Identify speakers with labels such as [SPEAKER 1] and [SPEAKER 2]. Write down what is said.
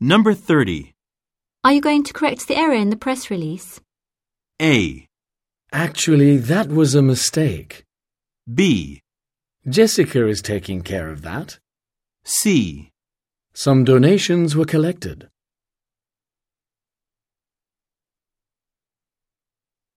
[SPEAKER 1] Number 30.
[SPEAKER 2] Are you going to correct the error in the press release?
[SPEAKER 1] A.
[SPEAKER 3] Actually, that was a mistake.
[SPEAKER 1] B.
[SPEAKER 3] Jessica is taking care of that.
[SPEAKER 1] C.
[SPEAKER 3] Some donations were collected.